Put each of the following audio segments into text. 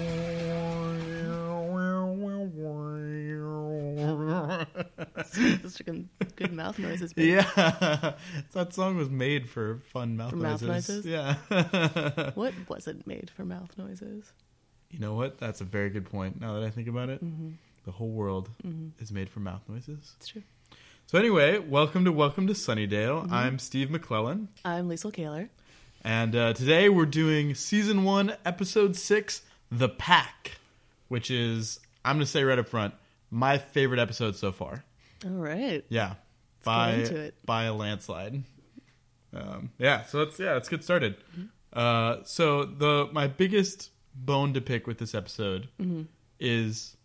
That's freaking good mouth noises. babe. Yeah, that song was made for fun mouth, For mouth noises. noises? Yeah. What wasn't made for mouth noises? you know what? That's a very good point. Now that I think about it, Mm-hmm. the whole world is made for mouth noises. It's true. So anyway, welcome to Welcome to Sunnydale. Mm-hmm. I'm Steve McClellan, I'm Liesl Kaler. and uh, today we're doing season one, episode six, "The Pack," which is I'm going to say right up front my favorite episode so far. All right. Yeah, get by into it. by a landslide. Um, yeah, so let's yeah let's get started. Mm-hmm. Uh, so the my biggest bone to pick with this episode Mm-hmm. is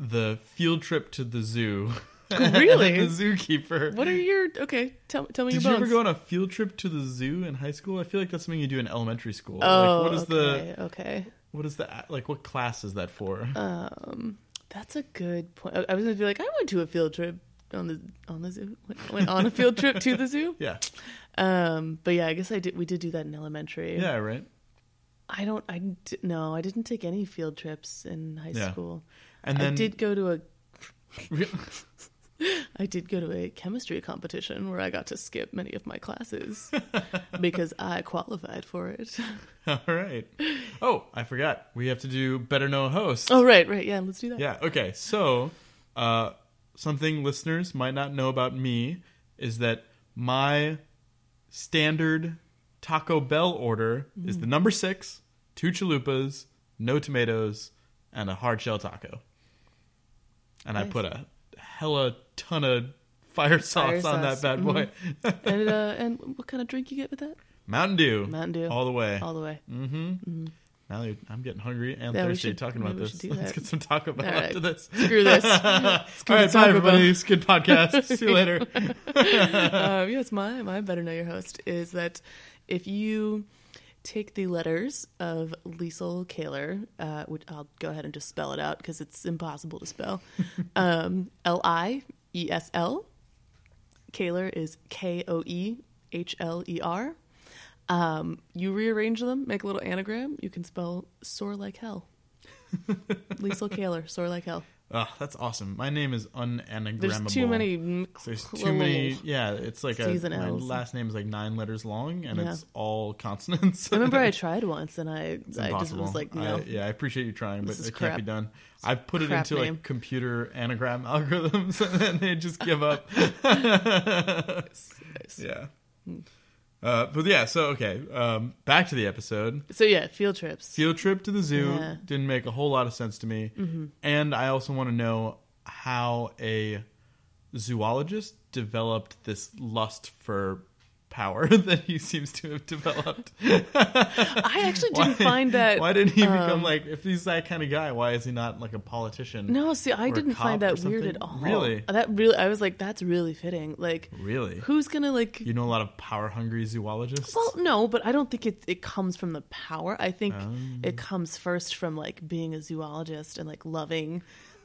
the field trip to the zoo. Really? the zookeeper. What are your okay? Tell tell me Did you your ever bones. go on a field trip to the zoo in high school? I feel like that's something you do in elementary school. oh, like, what is okay, Uh, the Oh, okay. what is the like what class is that for? Um, That's a good point. I- I was gonna be like, I went to a field trip on the on the zoo. Went, went on a field trip to the zoo. yeah, Um, but yeah, I guess I did. We did do that in elementary. yeah, right. I don't. I d- no. I didn't take any field trips in high Yeah. school. And I then did go to a. I did go to a chemistry competition where I got to skip many of my classes because I qualified for it. All right. Oh, I forgot. We have to do better know a host. Oh right, right, yeah. Let's do that. Yeah. Okay. So, uh, something listeners might not know about me is that my standard Taco Bell order Mm. is the number six, two chalupas, no tomatoes, and a hard shell taco. And I Nice. put a hella ton of fire sauce Fire on sauce. that bad boy. And uh, and what kind of drink you get with that? Mountain Dew. Mountain Dew. All the way. All the way. Now that I'm getting hungry and Yeah, we thirsty should- talking maybe about we this. should do Let's that. get some Taco Bell All right. after this. Screw this. All right, Taco bye Bell. everybody. It's a good podcast. See you later. um, yes, my my better know your host is that if you take the letters of Liesl Kaler, uh, which I'll go ahead and just spell it out because it's impossible to spell. Um, L I E S L. Kaler is K O E H L E R. Um, you rearrange them, make a little anagram. You can spell sore like hell. Liesl Kaler, sore like hell. Oh, that's awesome. My name is unanagrammable. There's too many. There's too many. Yeah, it's like a, C's and my L's. last name is like nine letters long, and Yeah. it's all consonants. I remember I tried once and I, I just Impossible. was like, no. I, yeah, I appreciate you trying, but This is it can't be crap. done. I've put it crap into name. like computer anagram algorithms, and then they just give up. Yeah. Uh, but yeah, so okay, um, back to the episode. So yeah, field trips. Field trip to the zoo Yeah. Mm-hmm. didn't make a whole lot of sense to me, and I also want to know how a zoologist developed this lust for power that he seems to have developed. I actually Why- didn't find that. um, Why didn't he become like if he's that kind of guy? Why is he not like a politician? No, see, I or a didn't find cop or that weird at all. Uh, something? Really? That really, I was like, that's really fitting. Like, Really? who's gonna like? You know a lot of power hungry zoologists. Well, no, but I don't think it it comes from the power. I think Oh. it comes first from like being a zoologist and like loving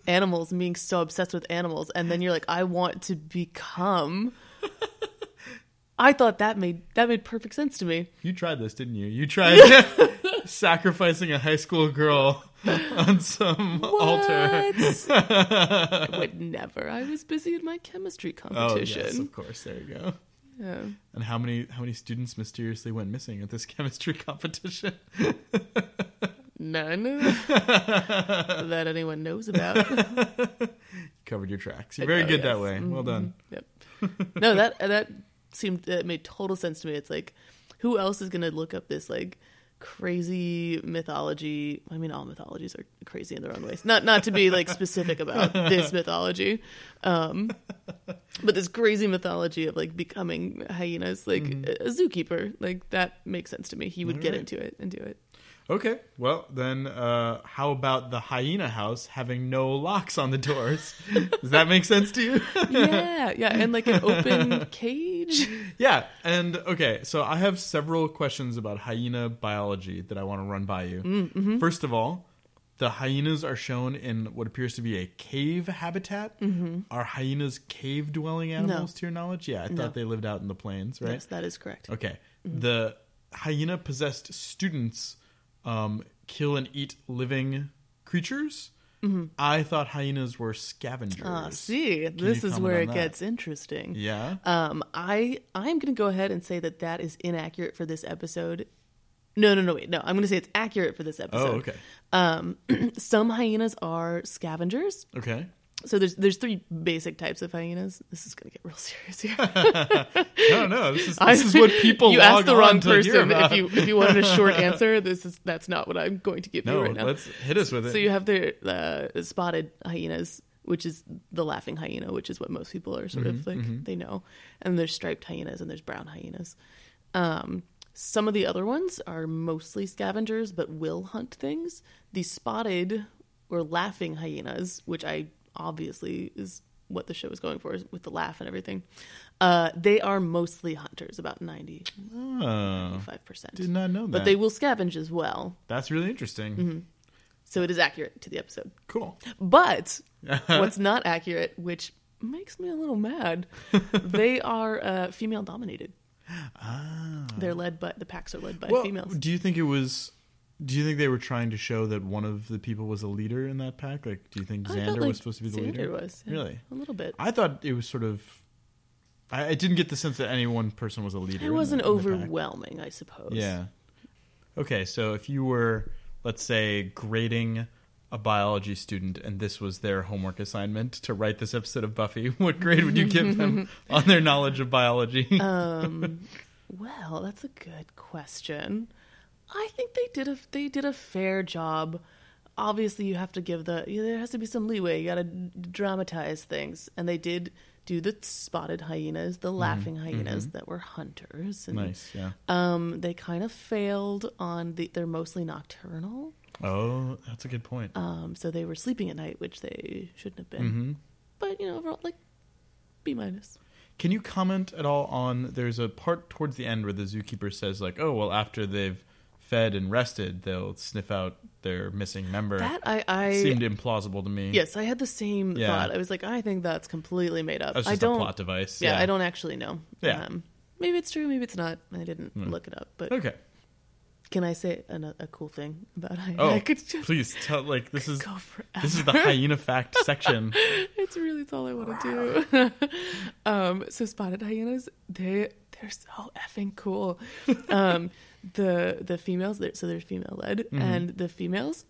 animals and being so obsessed with animals, and then you're like, I want to become. I thought that made that made perfect sense to me. you tried this, didn't you? You tried sacrificing a high school girl on some altar. What? I would never. I was busy in my chemistry Oh yes, competition. of course. There you go. Yeah. And how many how many students mysteriously went missing at this chemistry competition? None that anyone knows about. Covered your tracks. You're I- very oh, good that yes. way. Well done. Yep. No, that that seemed that made total sense to me. It's like, who else is gonna look up this like crazy mythology? I mean, all mythologies are crazy in their own ways. Not not to be like specific about this mythology, um, but this crazy mythology of like becoming hyenas, like Mm-hmm. a, a zookeeper. Like that makes sense to me. He would get Alright. into it and do it. Okay. Well, then, uh, how about the hyena house having no locks on the doors? Does that make sense to you? Yeah, yeah, and like an open cage. yeah. And okay, so I have several questions about hyena biology that I want to run by you. Mm, mm-hmm. First of all, the hyenas are shown in what appears to be a cave habitat. Are hyenas cave dwelling animals, to your knowledge? Yeah, I thought Mm-hmm. No. they lived out in the plains, right? Yes, that is correct. Okay. Mm-hmm. The hyena possessed students um, kill and eat living creatures I thought hyenas were scavengers. Mm-hmm. Ah, see, this you is comment where on it that? gets interesting. Yeah. Um, I I'm gonna go ahead and say that that is inaccurate for this episode. No, no, no, wait, no. I'm gonna say it's accurate for this oh, episode. okay. Some hyenas are scavengers. Okay. So there's there's three basic types of hyenas. This is gonna get real serious here. No, no. This is, I- this is what people you log asked the wrong on to hear person. If about. you if you wanted a short answer, this is that's not what I'm going to give no, you right now. let's hit us with it. So you have the uh, spotted hyenas, which is the laughing hyena, which is what most people are sort Mm-hmm, of like they know. And there's striped hyenas and there's brown hyenas. Um, some of the other ones are mostly scavengers, but will hunt things. The spotted or laughing hyenas, which I obviously is what the show is going for, is with the laugh and everything. Uh, they are mostly hunters, about ninety oh, five percent. did not know that. But they Mm-hmm. will scavenge as well, That's really interesting. so it is accurate to the episode. Cool. But what's not accurate, which makes me a little mad, they are uh, female dominated. They're led by the packs are led by Ah. Well, females. do you think it was? Do you think they were trying to show that one of the people was a leader in that pack? Like, do you think I felt Xander like was supposed to be the Xander leader? Was, yeah, Really? a little bit. I thought it was sort of. I, I didn't get the sense that any one person was a leader. It in wasn't the- in the pack. overwhelming, I suppose. Yeah. Okay, so if you were, let's say, grading a biology student and this was their homework assignment to write this episode of Buffy, what grade would you give them on their knowledge of biology? Um, Well, that's a good question. I think they did a they did a fair job. Obviously, you have to give the you know, there has to be some leeway. You got to dramatize things, and they did do the spotted hyenas, the laughing hyenas that were hunters. And, nice, yeah. Um, they kind of failed on the they're mostly nocturnal, Oh, that's a good point. um, so they were sleeping at night, which they shouldn't have been. But you know, overall, like B minus. Can you comment at all on there's a part towards the end where the zookeeper says like, "Oh, well after they've fed and rested, they'll sniff out their missing member." That I I seemed implausible to me. Yes, I had the same Yeah. thought. I was like, I think that's completely made up. That's I just don't. a plot device. yeah, I don't actually know. Um, Yeah. Hmm. maybe it's true. Maybe it's not. I didn't look it up. But Okay. can I say an, a cool thing about hyena? Oh, I could just please tell. Like this is go for this is the hyena fact section. It's really it's all I want to do. um, so spotted hyenas, they they're so effing cool. Um, the the females, they're, so they're female led, Mm-hmm. and the females,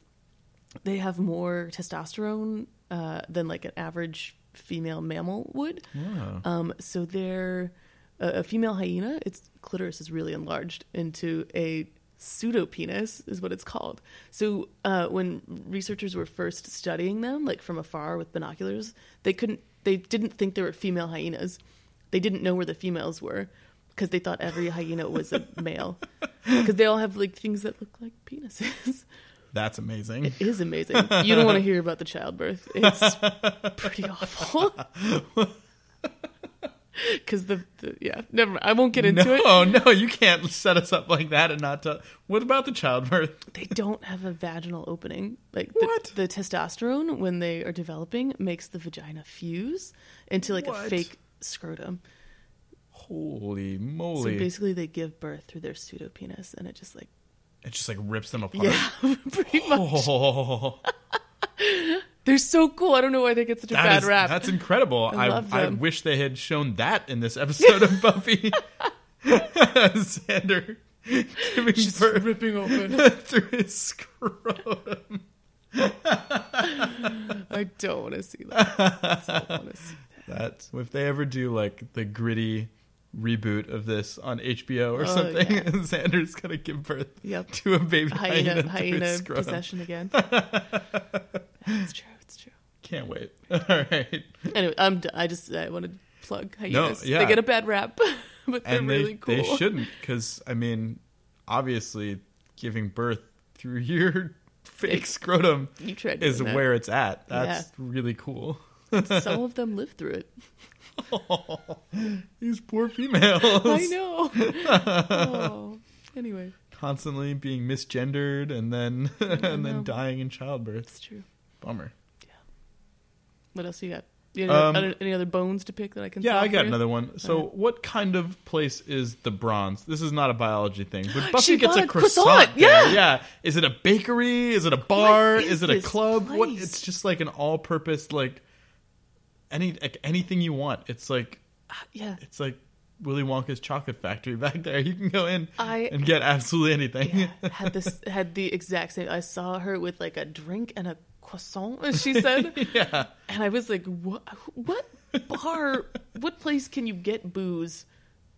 they have more testosterone uh, than like an average female mammal would. Oh. Um, so they're a, a female hyena. Its clitoris is really enlarged into a pseudopenis, is what it's called. So uh, when researchers were first studying them, like from afar with binoculars, they couldn't. They didn't think there were female hyenas. They didn't know where the females were because they thought every hyena was a male because they all have like things that look like penises. That's amazing. It is amazing. You don't want to hear about the childbirth. It's pretty awful. Because the, the yeah, never. Mind. I won't get into it. No, no, you can't set us up like that and not tell. What about the childbirth? They don't have a vaginal opening. Like the, What? the testosterone when they are developing makes the vagina fuse into like a What? fake scrotum. Holy So moly! basically, they give birth through their pseudopenis, and it just like it just like rips them apart. yeah, pretty much. Oh, They're so cool. I don't know why they get such a that bad is- rap. That's incredible. I I, love I, them. wish they had shown that in this episode of Buffy. Xander giving birth ripping open. through his scrotum. I don't want to see that. I don't want to see that. That's if they ever do like the gritty reboot of this on HBO or Oh, something, yeah. Xander's gonna give birth Yep. to a baby hyena, hyena, through hyena his scrotum. possession again. That's true. It's true. Can't wait. All right, Anyway, I'm. d- I just I want to plug hyenas. yeah. They get a bad rap, but they're and they really cool. they shouldn't because I mean, obviously, giving birth through your fake Fake. scrotum You tried doing is that. where it's at. That's really cool. Some of them live through it. These poor females I know. oh. Anyway, constantly being misgendered and then and know. then dying in childbirth. it's true. Bummer. What else you got? You know, Um, other- any other bones to pick that I can? Yeah, solve I got for you? another one. So, what kind of place is the bronze? This is not a biology thing. But Buffy She gets a bought a croissant. croissant, there. yeah. yeah. Is it a bakery? Is it a bar? What Is, is it a this club? What? place? It's just like an all-purpose like any like, anything you want. It's like Ah, Yeah. it's like Willy Wonka's chocolate factory back there. You can go in I- and get absolutely anything. Yeah, had this had the exact same. I saw her with like a drink and a croissant, as she said, yeah. and I was like, "What? What bar? What place can you get booze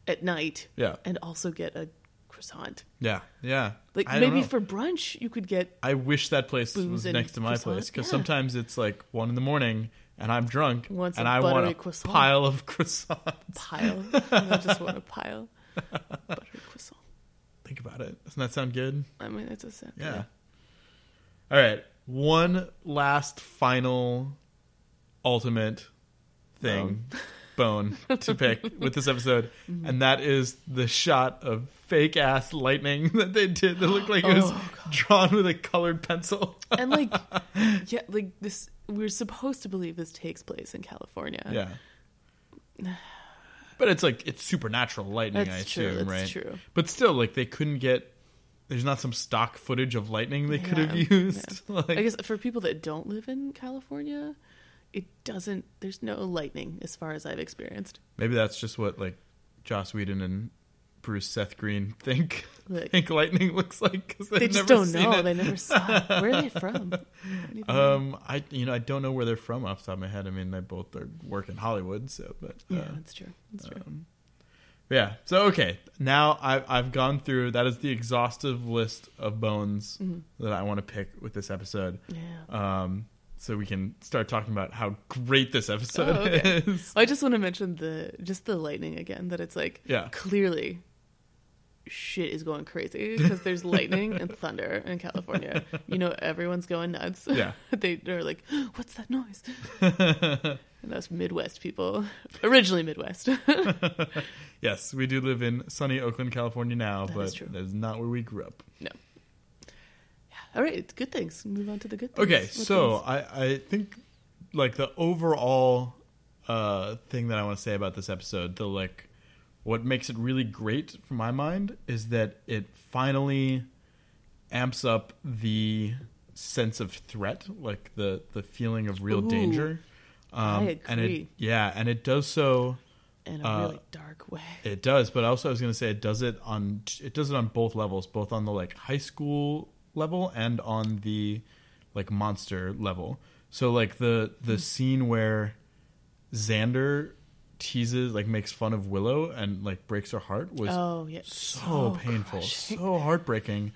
at night? Yeah. and also get a croissant? Yeah. Yeah. Like I don't maybe know. for brunch you could get I wish that place Booze was and next to my croissant, place because yeah. sometimes it's like one in the morning and I'm drunk Wants a and I want buttery a croissant. pile of croissants. pile. I just want a pile. Butter croissant. Think about it. Doesn't that sound good? I mean, it's a set. Yeah. All right. One last final ultimate thing bone to pick with this episode Mm-hmm. and that is the shot of fake ass lightning that they did that looked like it was Oh, drawn with a colored pencil. And like, yeah, like this. We're supposed to believe this takes place in California. Yeah. But it's like it's supernatural lightning, I That's true, assume, that's right? true. But still, like they couldn't get. There's not some stock footage of lightning they could have Yeah, used. Like, I guess for people that don't live in California, it doesn't. There's no lightning as far as I've experienced. maybe that's just what like Joss Whedon and Bruce Seth Green think Like- think lightning looks like because They just don't know. They never saw. it. Where are they from? I don't even know. Um, I you know I don't know where they're from off the top of my head. I mean, they both are work in Hollywood, so but uh, um, yeah, that's true. That's true. Yeah. So okay, now I've I've gone through. That is the exhaustive list of bones Mm-hmm. that I want to pick with this episode. yeah. Um, so we can start talking about how great this episode Oh, okay. is. I just want to mention the just the lightning again. That it's like Yeah. clearly shit is going crazy because there's lightning and thunder in California. You know everyone's going nuts. Yeah. they are like, what's that noise? and us Midwest people, originally Midwest. Yes, we do live in sunny Oakland, California now, That but is true. that is not where we grew up. All right, good things. Move on to the good things. Okay, What so things? I, I think like the overall uh, thing that I want to say about this episode, the like what makes it really great for my mind is that it finally amps up the sense of threat, like the the feeling of real Ooh, danger. Um, I And it, agree. yeah, and it does so. in a uh, really dark way. It does, but also I was going to say it does it on it does it on both levels, both on the like high school level and on the like monster level. So like the the scene where Xander teases like makes fun of Willow and like breaks her heart was Oh yeah, so, painful, crushing. so heartbreaking,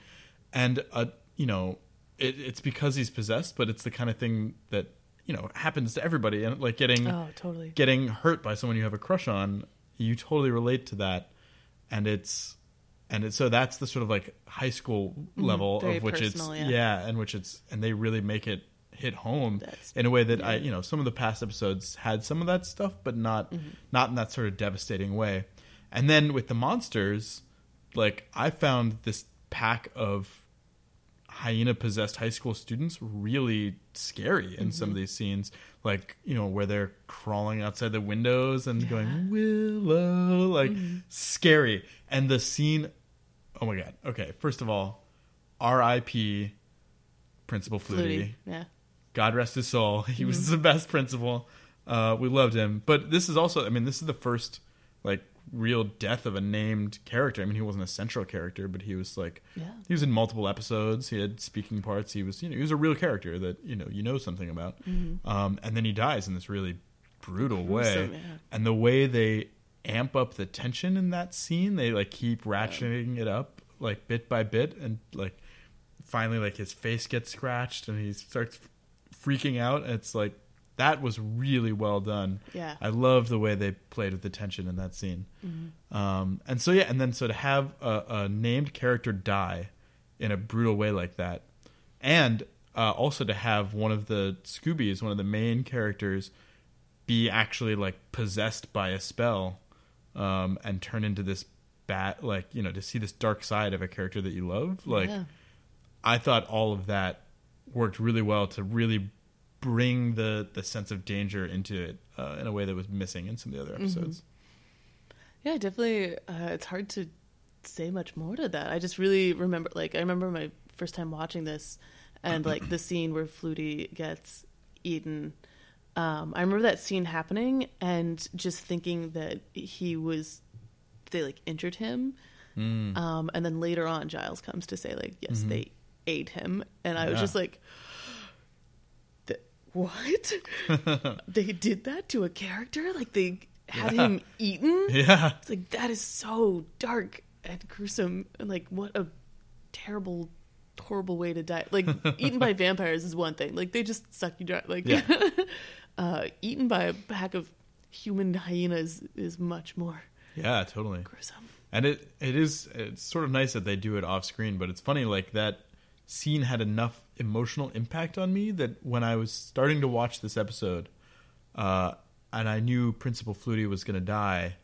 and uh, you know, it, it's because he's possessed, but it's the kind of thing that you know happens to everybody, and like getting Oh, totally. getting hurt by someone you have a crush on, you totally relate to that, and it's and it's so that's the sort of like high school level Mm-hmm. very of which personal, it's yeah. yeah, and which it's and they really make it hit home That's- in a way that I you know some of the past episodes had some of that stuff, but not not in that sort of devastating way. And then with the monsters, like I found this pack of hyena possessed high school students really scary in some of these scenes like you know where they're crawling outside the windows and going willow like scary and the scene oh my god okay first of all rip principal flutie Flutie. Yeah. God rest his soul. He Mm-hmm. was the best principal. Uh, we loved him. But this is also, I mean, this is the first like real death of a named character. I mean, he wasn't a central character, but he was like, Yeah. he was in multiple episodes. He had speaking parts. He was, you know, he was a real character that you know you know something about. Um, and then he dies in this really brutal way. Mm-hmm. Gruesome, yeah. And the way they amp up the tension in that scene, they like keep ratcheting it up like bit by bit, and like finally like his face gets scratched and he starts freaking out. And it's like that was really well done. Yeah. I love the way they played with the tension in that scene. Um, and so yeah, and then so to have a, a named character die in a brutal way like that, and uh, also to have one of the Scoobies, one of the main characters, be actually like possessed by a spell, um, and turn into this bat, like you know, to see this dark side of a character that you love, like. Yeah. I thought all of that worked really well to really bring the the sense of danger into it uh, in a way that was missing in some of the other episodes. Yeah, definitely. Uh, it's hard to say much more to that. I just really remember, like, I remember my first time watching this, and like the scene where Flutie gets eaten. Um, I remember that scene happening, and just thinking that he was, they like injured him, Mm. um, and then later on Giles comes to say like, yes, they ate him, and I was Mm-hmm. Yeah. just like. "Th- What? they did that to a character? Like they had Yeah. him eaten? Yeah. It's like that is so dark and gruesome, and like what a terrible, horrible way to die. Like eaten by vampires is one thing. Like they just suck you dry. Like Yeah. uh, eaten by a pack of human hyenas is much more Yeah, totally. gruesome. And it it is it's sort of nice that they do it off screen, but it's funny like that scene had enough emotional impact on me that when I was starting to watch this episode, uh, and I knew Principal Flutie was gonna die,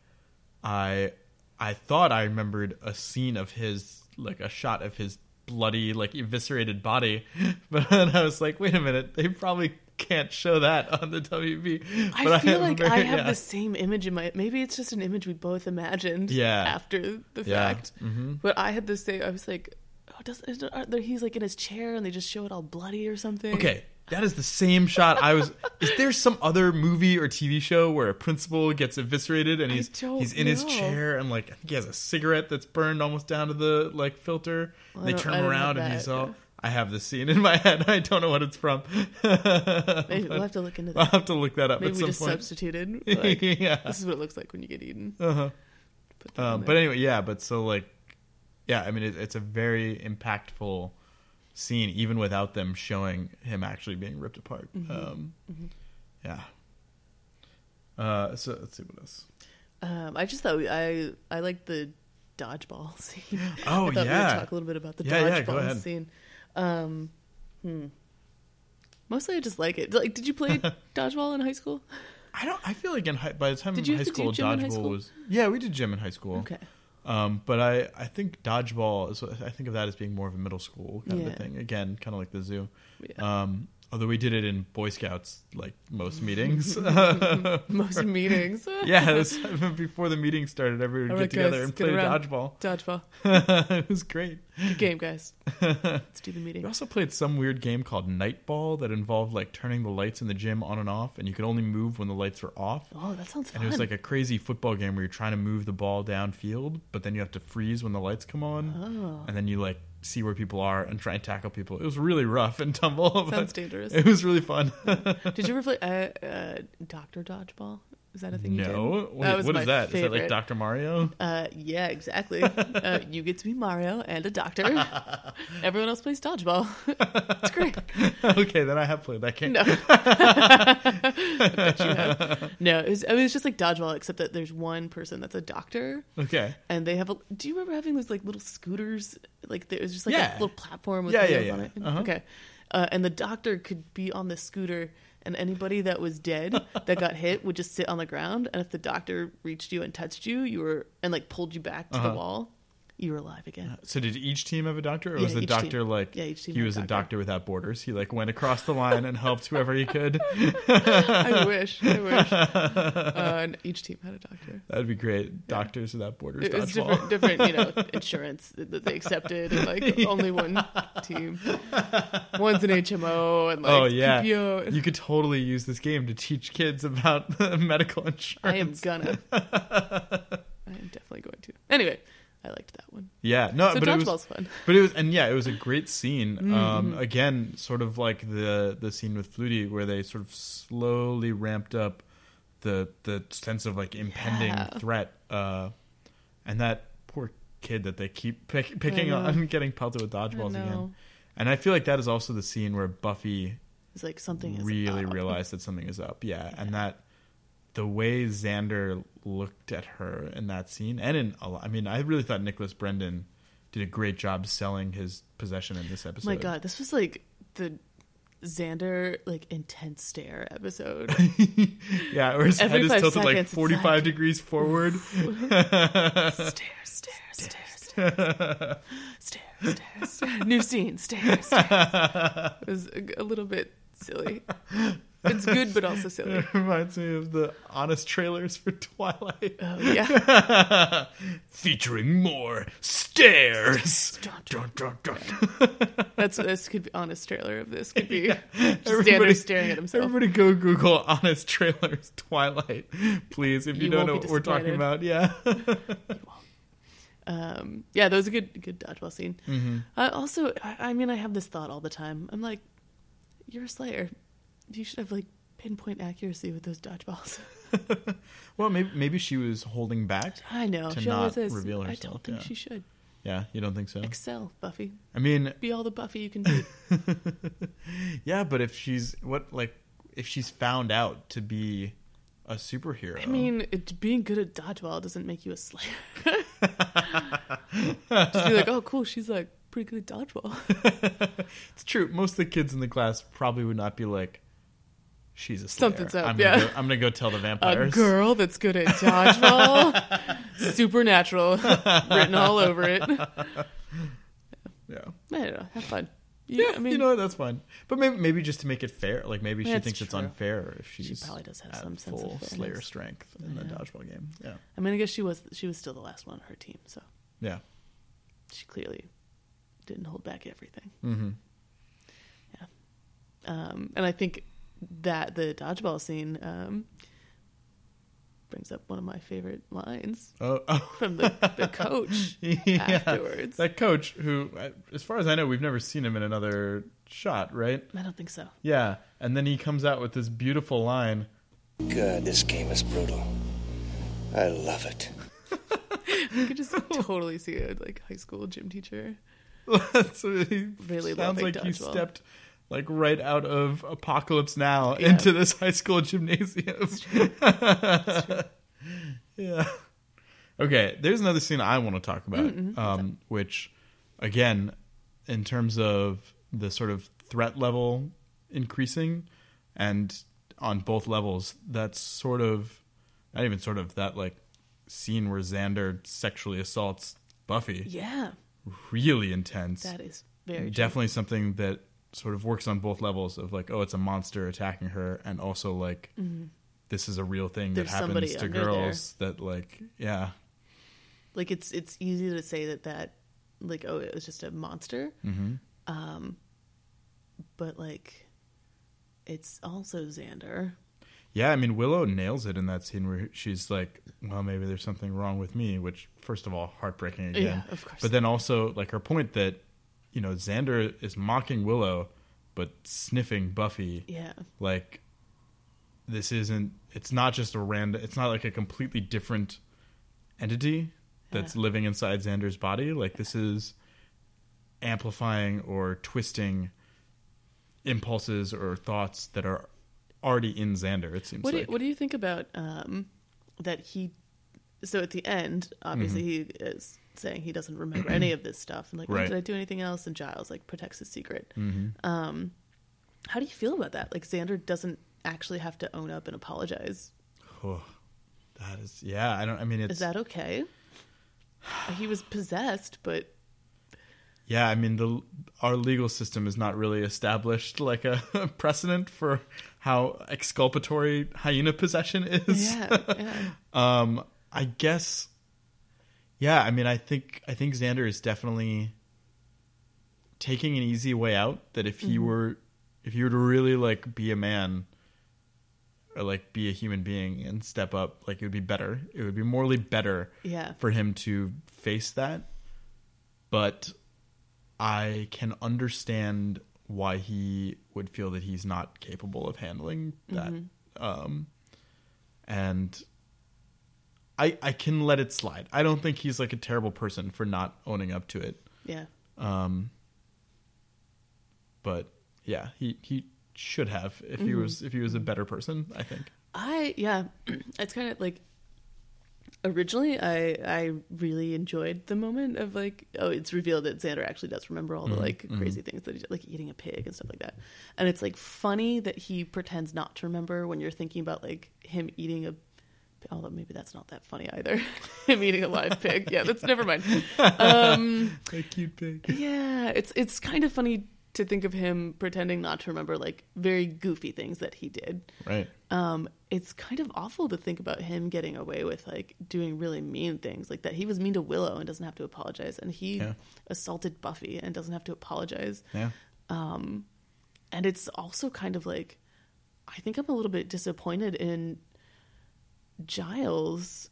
I I thought I remembered a scene of his like a shot of his bloody like eviscerated body, but then I was like, wait a minute, they probably can't show that on the WB. But I feel like I remember- have yeah. the same image in my. Maybe it's just an image we both imagined. Yeah. After the Yeah. Mm-hmm. fact, but I had the same. I was like, oh, does are there- he's like in his chair and they just show it all bloody or something? Okay, that is the same shot I was. is there some other movie or TV show where a principal gets eviscerated and I he's don't he's in his know. chair and like I think he has a cigarette that's burned almost down to the like filter. Well, I they don't- turn I him don't around have and that, he's all. yeah. I have this scene in my head. I don't know what it's from. Maybe we'll have to look into that. I'll have to look that up Maybe at we some just point. substituted. Like, yeah. this is what it looks like when you get eaten. Uh-huh. Put that Um, in but there. anyway, yeah. But so like, yeah. I mean, it, it's a very impactful scene, even without them showing him actually being ripped apart. Mm-hmm. Um, Yeah. Uh, so let's see what else. um, I just thought we, I I like the dodgeball scene. Oh, I thought we yeah. would talk a little bit about the Yeah, yeah, go dodgeball ahead. scene. Um, hmm. Mostly, I just like it. Like, did you play dodgeball in high school? I don't. I feel like in high, by the time Did you high have to do school, gym in dodgeball high school? was. Yeah, we did gym in high school. Okay. Um, but I, I think dodgeball is what I think of that as being more of a middle school kind of Yeah. a thing. Again, kind of like the zoo. Yeah. Um, although we did it in Boy Scouts, like most meetings. Most meetings. yeah, it was, before the meeting started, everyone would All get right, together guys, and get play around. dodgeball. Dodgeball. it was great. Good game, guys. Let's do the We meeting. also played some weird game called Nightball that involved like turning the lights in the gym on and off, and you could only move when the lights were off. Oh, that sounds And fun. it was like a crazy football game where you're trying to move the ball downfield, but then you have to freeze when the lights come on, and then you like see where people are and try and tackle people. It was really rough and tumble. but Oh, Sounds dangerous. It was really fun. Did you ever play uh, uh, Doctor Dodgeball? Is that a thing? You no, did? Wait, what is my that? Is that like favorite. Doctor Mario? Uh, yeah, exactly. uh, you get to be Mario and a doctor. Everyone else plays dodgeball. it's great. okay, then I have played that game. No, I bet you have. No, it was, I mean, it's just like dodgeball, except that there's one person that's a doctor, Okay. and they have a. Do you remember having those like little scooters? Like there was just like a Yeah. little platform with Yeah, yeah, wheels on yeah. it. Uh-huh. Okay, uh, and the doctor could be on the scooter. And anybody that was dead that got hit would just sit on the ground, and if the doctor reached you and touched you, you were and like pulled you back to Uh-huh. the wall, you were alive again. So did each team have a doctor, or Yeah, was the each team. doctor like Yeah, each team he had a was a doctor. doctor without borders? He like went across the line and helped whoever he could. I wish. I wish. Uh, and each team had a doctor. That'd be great. Doctors without borders. It was different, Dodgeball. different, you know, insurance that they accepted, and like only one team. One's an HMO, and like oh yeah, PPO. you could totally use this game to teach kids about medical insurance. I am gonna. I am definitely going to. Anyway, I liked that one. Yeah, no, so but it was, dodgeball's fun. but it was, and yeah, it was a great scene. Mm-hmm. Um, again, sort of like the the scene with Flutie, where they sort of slowly ramped up the the sense of like impending Yeah. threat, uh, and that poor kid that they keep pick, picking know. on, getting pelted with dodgeballs know. again. And I feel like that is also the scene where Buffy It's like something is really up. realized that something is up. Yeah, and that the way Xander looked at her in that scene, and in a lot- I mean, I really thought Nicholas Brendan did a great job selling his possession in this episode. Oh my god, this was like the Xander like intense stare episode. yeah, where his Every head is five tilted seconds, like it's forty-five like- degrees forward. stare, stare, stare, stare, stare, stare, stare. New scene, stare, stare. It was a, a little bit silly. It's good, but also silly. It reminds me of the honest trailers for Twilight. Oh, yeah. Featuring more stairs. Dun, Dun, dun, dun. That's this could be honest trailer of this could be just Everybody- Xander staring at himself. Everybody go Google honest trailers Twilight, please, if you, You won't don't know be what we're talking disappointed. about. Yeah. Um, yeah, that was a good good dodgeball scene. Mm-hmm. I also, I, I mean, I have this thought all the time. I'm like, you're a Slayer. You should have like pinpoint accuracy with those dodgeballs. well, maybe maybe she was holding back. I know To she always not is. reveal I herself, don't think yeah. she should Yeah, you don't think so? excel, Buffy. I mean, Be all the Buffy you can be. yeah, but if she's what like if she's found out to be a superhero. I mean, it, being good at dodgeball doesn't make you a Slayer. Just be like, oh, cool. She's like pretty good at dodgeball. it's true. Most of the kids in the class probably would not be like she's a slayer. Something's up, I'm gonna yeah. go, I'm going to go tell the A vampires. girl that's good at dodgeball, supernatural, written all over it. I Yeah. don't know. Have fun. Yeah, I mean, you know what, that's fine, but maybe maybe just to make it fair, like maybe she That's thinks it's true. unfair if she's probably does have at some sense of full fairness. Slayer strength in the Yeah. dodgeball game. Yeah, I mean, I guess she was she was still the last one on her team, so yeah, she clearly didn't hold back everything. mm-hmm. Um, and I think that the dodgeball scene um, brings up one of my favorite lines Oh, oh. from the, the coach yeah. afterwards. That coach, who, I- as far as I know, we've never seen him in another shot, right? I don't think so. Yeah, and then he comes out with this beautiful line. God, this game is brutal. I love it. You could just totally see a like high school gym teacher. so he Really sounds loving like he dodgeball. stepped like right out of Apocalypse Now Yeah. into this high school gymnasium. yeah. Okay, there's another scene I want to talk about, um, which, again, in terms of the sort of threat level increasing, and on both levels, that's sort of not even sort of that like scene where Xander sexually assaults Buffy, Yeah, really intense. that is very true. definitely something that sort of works on both levels of like, oh, it's a monster attacking her, and also like, this is a real thing Mm-hmm. There's that somebody happens to under there. girls that like, yeah. like it's it's easy to say that that like oh it was just a monster Mm-hmm. um but like it's also xander Yeah, I mean Willow nails it in that scene where she's like, "Well, maybe there's something wrong with me," which first of all, heartbreaking again. Yeah, of course. But then also like her point that, you know, Xander is mocking Willow but sniffing Buffy. yeah Like this isn't it's not just a random it's not like a completely different entity that's living inside Xander's body. Like this is amplifying or twisting impulses or thoughts that are already in Xander. It seems what do, like you, what do you think about um that he so at the end obviously he is saying he doesn't remember any of this stuff and like oh, Mm-hmm. Right. Mm-hmm. did i do anything else and giles like protects his secret um how do you feel about that like xander doesn't actually have to own up and apologize Oh, that is yeah. I don't. I mean, it's Is that okay? He was possessed, but yeah. I mean, the our legal system is not really established like a precedent for how exculpatory hyena possession is. yeah, yeah. Um, I guess. Yeah, I mean, I think I think Xander is definitely taking an easy way out. That if he were, if you were to really like be a man, or like be a human being and step up, like it would be better. It would be morally better. Yeah. For him to face that, but I can understand why he would feel that he's not capable of handling that. Um, and I I can let it slide. I don't think he's like a terrible person for not owning up to it. yeah. But yeah, he he should have if he was if he was a better person. I think. I yeah, it's kind of like originally I I really enjoyed the moment of like oh it's revealed that Xander actually does remember all the like crazy things that he did, like eating a pig and stuff like that, and it's like funny that he pretends not to remember when you're thinking about like him eating a. Although maybe that's not that funny either. him eating a live pig. Yeah, that's never mind. A cute pig. Yeah, it's it's kind of funny to think of him pretending not to remember like very goofy things that he did. Right. Um, it's kind of awful to think about him getting away with like doing really mean things like that. He was mean to Willow and doesn't have to apologize, and he Yeah. assaulted Buffy and doesn't have to apologize. Yeah. And it's also kind of like, I think I'm a little bit disappointed in Giles.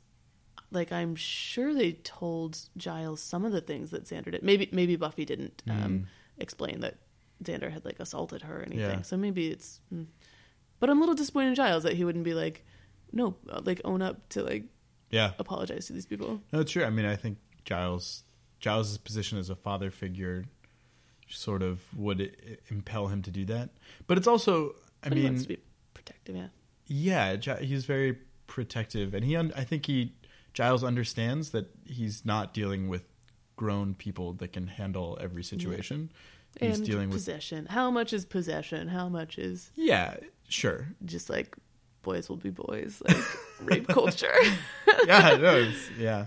Like I'm sure they told Giles some of the things that Xander did. Maybe maybe Buffy didn't um, explain that Xander had like assaulted her or anything. Mm-hmm. Yeah. So maybe it's. mm. But I'm a little disappointed in Giles that he wouldn't be like, no, uh, like own up to like Yeah. apologize to these people. No, it's true. I mean, I think Giles Giles's position as a father figure sort of would i- impel him to do that. But it's also, I But he mean, wants to be protective. Yeah. yeah, Gi- he's very protective, and he, un- I think he Giles understands that he's not dealing with grown people that can handle every situation. He's and dealing with possession. How much is possession? How much is yeah, sure, just like boys will be boys, like rape culture. yeah, no, it's, yeah.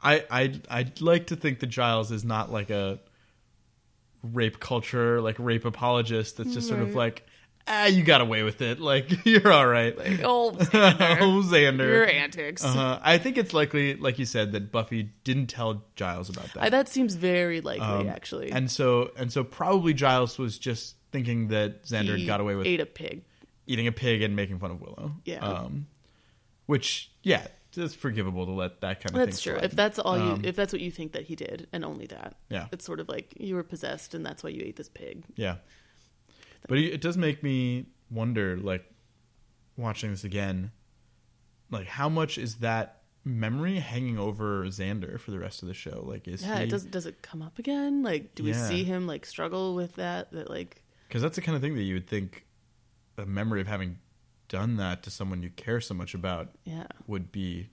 I I I'd like to think that Giles is not like a rape culture, like rape apologist. That's just sort of Right. like, ah, you got away with it. Like you're all right. Like, oh, oh, your Xander. antics. Uh-huh. I think it's likely, like you said, that Buffy didn't tell Giles about that. I, that seems very likely, Um, actually. And so and so probably Giles was just thinking that Xander He got away with ate a pig. eating a pig and making fun of Willow. Yeah. Um, which yeah, it's forgivable to let that kind of That's thing true. slide. If that's all you, if that's what you think that he did, and only that, Um, Yeah. it's sort of like you were possessed, and that's why you ate this pig. Yeah. But it it does make me wonder, like, watching this again, like, how much is that memory hanging over Xander for the rest of the show? Like, is Yeah, he. it does. Does it come up again? Like, do Yeah. we see him like struggle with that? That like, Because that's the kind of thing that you would think a memory of having done that to someone you care so much about yeah. would be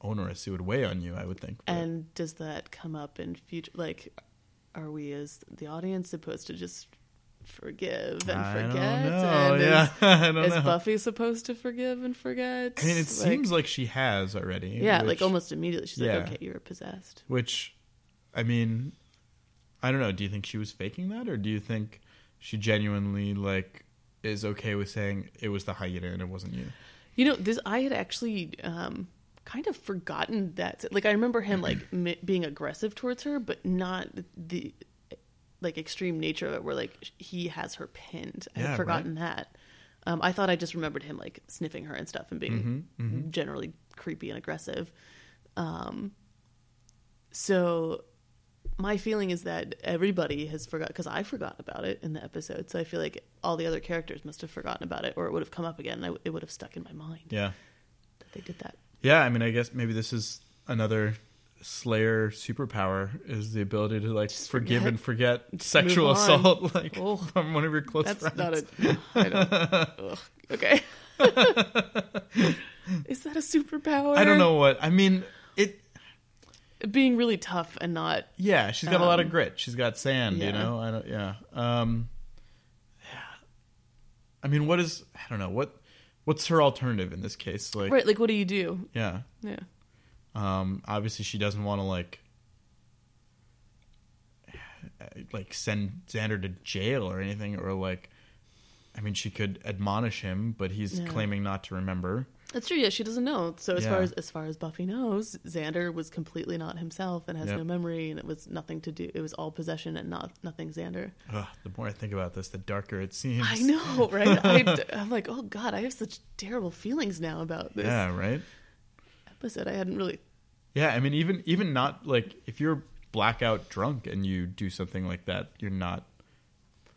onerous. It would weigh on you, I would think. But- And does that come up in future? Like, are we as the audience supposed to just forgive and I don't forget? know. And yeah, is, I don't is know. Buffy supposed to forgive and forget? I mean, it seems like she has already. yeah, which- like almost immediately she's Yeah. like, okay, you were possessed. Which, I mean, I don't know. Do you think she was faking that, or do you think she genuinely like is okay with saying it was the hyena and it wasn't you? You know, this I had actually um, kind of forgotten that. Like, I remember him like m- being aggressive towards her, but not the like extreme nature of it, where like sh- he has her pinned. I Yeah, had forgotten that. Um, I thought I just remembered him like sniffing her and stuff and being generally creepy and aggressive. Um, so my feeling is that everybody has forgot because I forgot about it in the episode. So I feel like all the other characters must have forgotten about it, or it would have come up again. And I, w- it would have stuck in my mind Yeah, that they did that. yeah. I mean, I guess maybe this is another Slayer superpower is the ability to like forgive forget. and forget sexual on. assault like Oh. from one of your close That's friends. not a. I don't, ugh, okay. is that a superpower? I don't know what I mean. It Being really tough and not. Yeah, she's got a lot of Um, grit. She's got sand, you yeah. know. I don't. Yeah. Um, yeah. I mean, what is? I don't know. What? What's her alternative in this case? Like, Right, like what do you do? yeah. Yeah. Um, obviously, she doesn't want to like, like send Xander to jail or anything, or like, I mean, she could admonish him, but he's Yeah. claiming not to remember. That's true. Yeah, she doesn't know. So as Yeah. far as as far as Buffy knows, Xander was completely not himself and has Yep. no memory, and it was nothing to do. It was all possession and not nothing Xander. Ugh, the more I think about this, the darker it seems. I know, right? I, am like, oh god, I have such terrible feelings now about this Yeah. Right. episode. I hadn't really. Yeah, I mean, even even not like if you're blackout drunk and you do something like that, you're not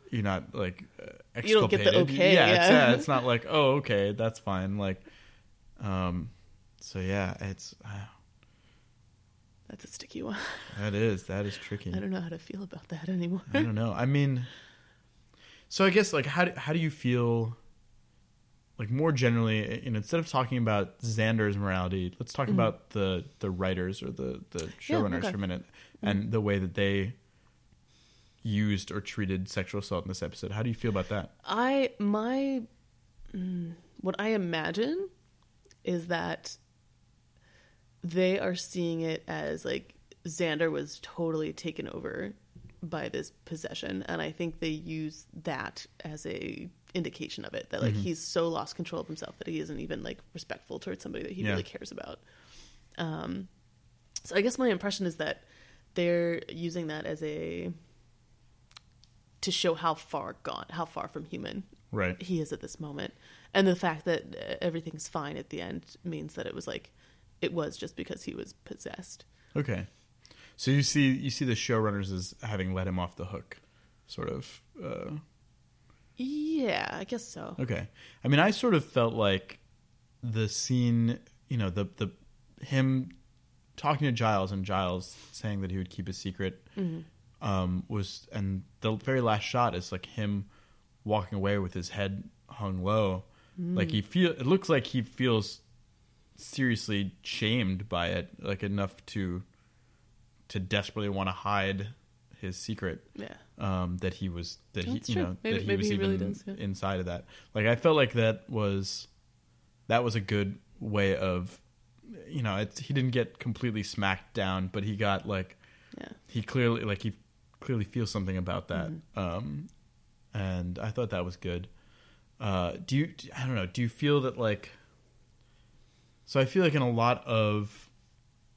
you're not like uh, exculpated. You don't get the okay, Yeah, It's, yeah. yeah, it's not like oh, okay, that's fine. Like, um, so yeah, it's uh, That's a sticky one. that is that is tricky. I don't know how to feel about that anymore. I don't know. I mean, so I guess like how do, how do you feel? Like more generally, you know, instead of talking about Xander's morality, let's talk about the the writers or the the showrunners okay. for a minute and the way that they used or treated sexual assault in this episode. How do you feel about that? I my mm, what I imagine is that they are seeing it as like Xander was totally taken over by this possession and i think they use that as a indication of it that like he's so lost control of himself that he isn't even like respectful towards somebody that he Yeah. really cares about um so i guess my impression is that they're using that as a to show how far gone how far from human Right. he is at this moment and the fact that uh, everything's fine at the end means that it was like it was just because he was possessed Okay. So you see you see the showrunners as having let him off the hook, sort of. Uh, yeah i guess so okay. I mean, I sort of felt like the scene, you know, the the him talking to Giles and Giles saying that he would keep his secret um, was, and the very last shot is like him walking away with his head hung low. Like he feel, it looks like he feels seriously shamed by it, like enough to to desperately want to hide his secret yeah um, that he was that That's he you true. know Maybe- that he maybe was he even really does, yeah. inside of that. Like I felt like that was that was a good way of you know it's he didn't get completely smacked down, but he got like yeah he clearly like he clearly feels something about that. Um, and I thought that was good. Uh, do you? do- I don't know. Do you feel that like? So I feel like in a lot of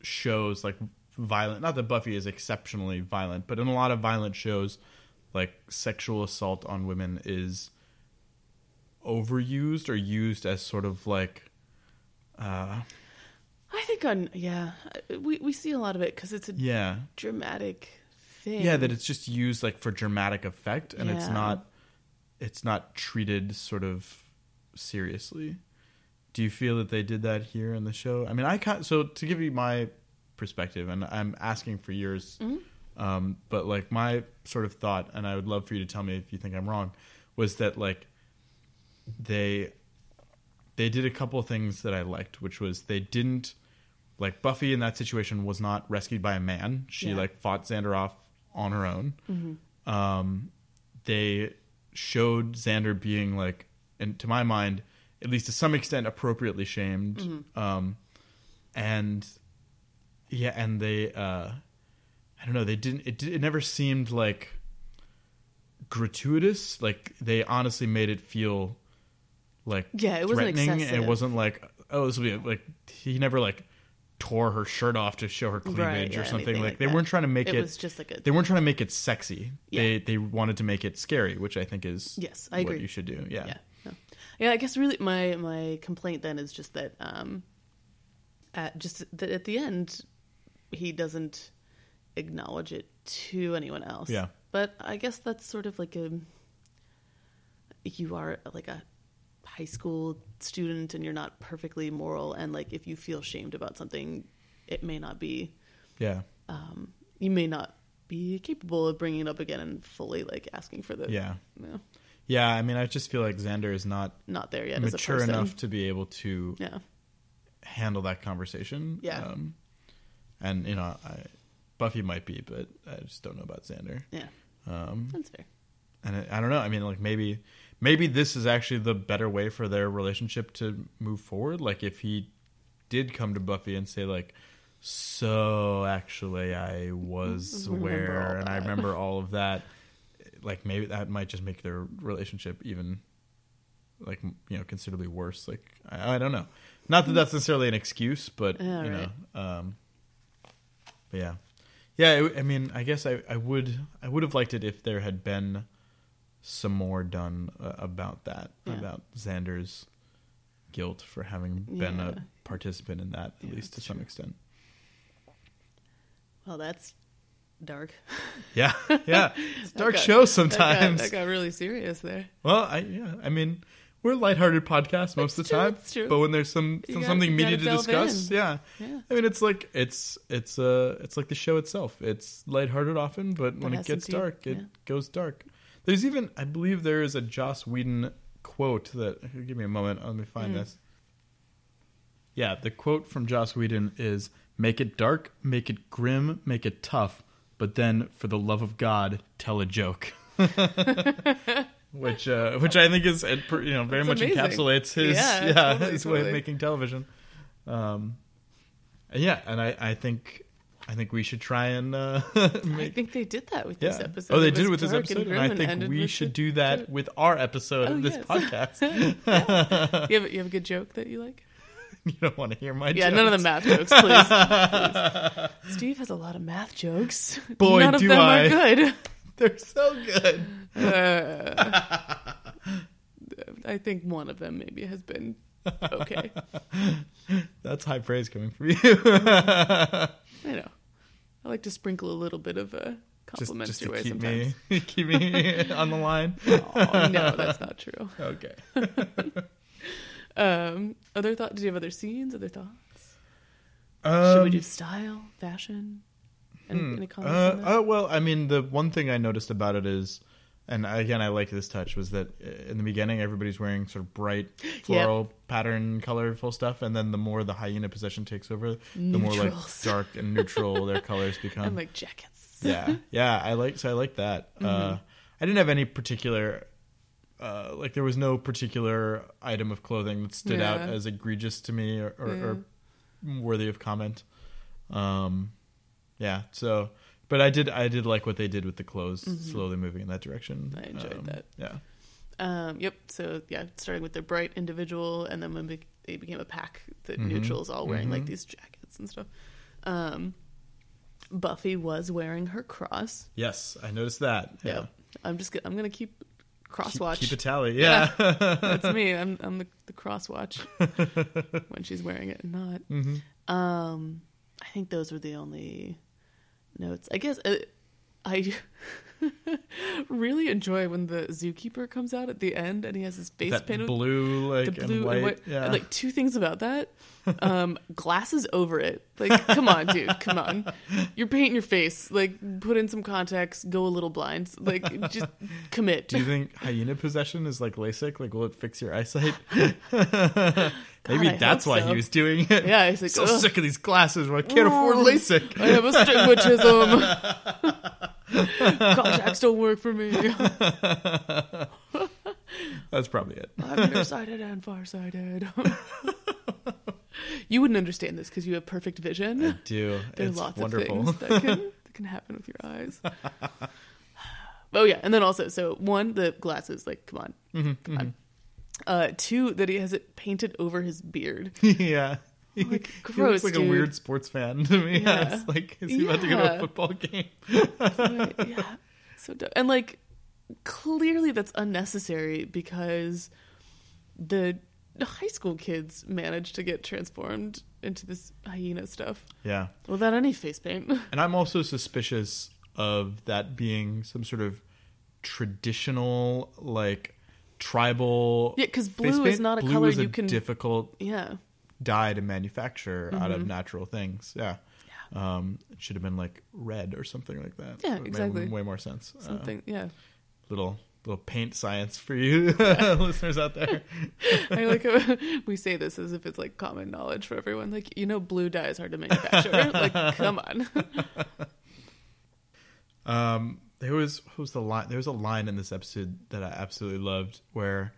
shows, like violent. Not that Buffy is exceptionally violent, but in a lot of violent shows, like sexual assault on women is overused or used as sort of like I think on yeah, we we see a lot of it because it's a yeah dramatic thing. yeah that it's just used like for dramatic effect and it's Yeah. not it's not treated sort of seriously do you feel that they did that here in the show i mean i can so to give you my perspective and i'm asking for yours Mm-hmm. um, but like my sort of thought and i would love for you to tell me if you think i'm wrong was that like they they did a couple of things that I liked, which was they didn't like Buffy in that situation was not rescued by a man. She Yeah. like fought Xander off on her own. Um, they showed Xander being like, and to my mind, at least to some extent, appropriately shamed. Mm-hmm. Um, and yeah, and they uh, I don't know, they didn't. It, di- it never seemed like gratuitous. Like they honestly made it feel like Yeah, it wasn't threatening. It excessive. wasn't like oh, this will be like he never like tore her shirt off to show her cleavage yeah, or something. anything Like, like they that. weren't trying to make it. It was just like a- they weren't trying to make it sexy. Yeah. They they wanted to make it scary, which I think is Yes, I what agree. you should do. Yeah. yeah, no. yeah. I guess really my my complaint then is just that um, at just that at the end he doesn't acknowledge it to anyone else. Yeah. but I guess that's sort of like a you are like a high school student and you're not perfectly moral and like if you feel shamed about something, it may not be Yeah. you may not be capable of bringing it up again and fully like asking for the Yeah. no, Yeah, I mean, I just feel like Xander is not not there yet as a mature person. enough to be able to yeah handle that conversation. Yeah. Um, and you know, I, Buffy might be, but I just don't know about Xander. yeah Um, that's fair And I, I don't know. I mean, like maybe, maybe this is actually the better way for their relationship to move forward. Like if he did come to Buffy and say like, "So actually, I was Remember all aware, and I that." remember all of that." Like maybe that might just make their relationship even like m- you know considerably worse like i, I don't know not that that's necessarily an excuse but Mm. Yeah, you right. know um but yeah yeah I, I mean i guess I, I would i would have liked it if there had been some more done uh, about that Yeah. about xander's guilt for having been Yeah. a participant in that at Yeah, least to that's some true. extent well that's dark yeah yeah it's a dark got- show That got- sometimes that got, really serious there Well, I yeah, I mean, we're a lighthearted podcast That's most of the true, time. that's true. But when there's some, You some gotta- something you meaty gotta to delve discuss, in. yeah. Yeah. I mean, it's like it's it's uh it's like the show itself. It's lighthearted often, but when it has some gets deep- dark, it yeah. goes dark. There's even I believe there is a Joss Whedon quote that here, give me a moment, let me find Hmm. this. Yeah, the quote from Joss Whedon is make it dark, make it grim, make it tough, but then for the love of God, tell a joke. which uh, which I think is uh, per- you know very That's much amazing. encapsulates his Yeah, yeah, totally, his way totally. of making television. Um, and yeah, and I I think I think we should try and uh, I make. think they did that with this Yeah. episode. Oh, they It was did it with this dark episode, and, grim I think ended we with should the- do that with our episode Oh, of this yes. podcast. You have, you have a good joke that you like? you don't want to hear my Yeah, jokes. none of the math jokes, please. please. Steve has a lot of math jokes. Boy, none of do them I. are good. They're so good. Uh, I think one of them maybe has been okay. That's high praise coming from you. I know. I like to sprinkle a little bit of a just compliment just your to way keep sometimes. me keep me on the line. Aw, no, that's not true. Okay. Um, other thought? Did you have other scenes? Other thoughts? Should we Um, do style, fashion? Any, any comments on Uh, that? oh well, I mean, the one thing I noticed about it is, and again, I like this touch was that uh, in the beginning everybody's wearing sort of bright floral pattern, colorful stuff, and then the more the hyena possession takes over, the more like Neutrals. dark and neutral their colors become. and like jackets. yeah, yeah, I like so I like that. Mm-hmm. Uh, I didn't have any particular. Uh, like there was no particular item of clothing that stood out Yeah. as egregious to me or, or, or worthy of comment. Um, yeah. So, but I did I did like what they did with the clothes, slowly moving in that direction. Mm-hmm. I enjoyed Um, that. Yeah. Um, yep. So yeah, starting with the bright individual, and then when be- they became a pack, the Mm-hmm. neutrals all wearing like these jackets and stuff. Um, Buffy was wearing her cross. Yes, I noticed that. Yeah. Yep. I'm just gonna, I'm gonna keep cross Keep- watch. Keep, a tally. Yeah. That's me. I'm I'm the, the cross watch when she's wearing it and not. Mm-hmm. Um, I think those were the only notes. I guess uh, I really enjoy when the zookeeper comes out at the end and he has his face that painted with blue, like the blue and white. and white. Yeah. and, like two things about that. Um, glasses over it. Like, come on, dude, come on. You're painting your face. Like, put in some contacts. Go a little blind. Like, just commit. Do you think hyena possession is like LASIK? Like, will it fix your eyesight? God, Maybe I that's hope why so. he was doing it. Yeah, he's like, so "Ugh." sick of these glasses. Where I can't afford Ugh. LASIK. I have astigmatism. Contacts don't work for me. That's probably it. I'm nearsighted and farsighted. you wouldn't understand this because you have perfect vision. Do There are it's lots wonderful. of things that can, that can happen with your eyes. oh yeah, and then also, so one, the glasses. Like, come on, come on. Uh, two, that he has it painted over his beard. yeah. Like, he gross, looks like dude. a weird sports fan to me. Yeah. It's like, is he about to go to Yeah. a football game? Right, yeah. So dumb. and like clearly that's unnecessary because the high school kids managed to get transformed into this hyena stuff Yeah. without any face paint. And I'm also suspicious of that being some sort of traditional, like tribal. Yeah, 'cause face blue is paint. not a Blue color is you can- difficult yeah. dye to manufacture Mm-hmm. out of natural things. Yeah. Um, it should have been like red or something like that. Yeah, It made exactly. way more sense. Uh, Something. Yeah. little little paint science for you listeners out there. I like how we say this as if it's like common knowledge for everyone. Like, you know, blue dye is hard to manufacture. like, come on. Um, there was what was the line? There was a line in this episode that I absolutely loved, where,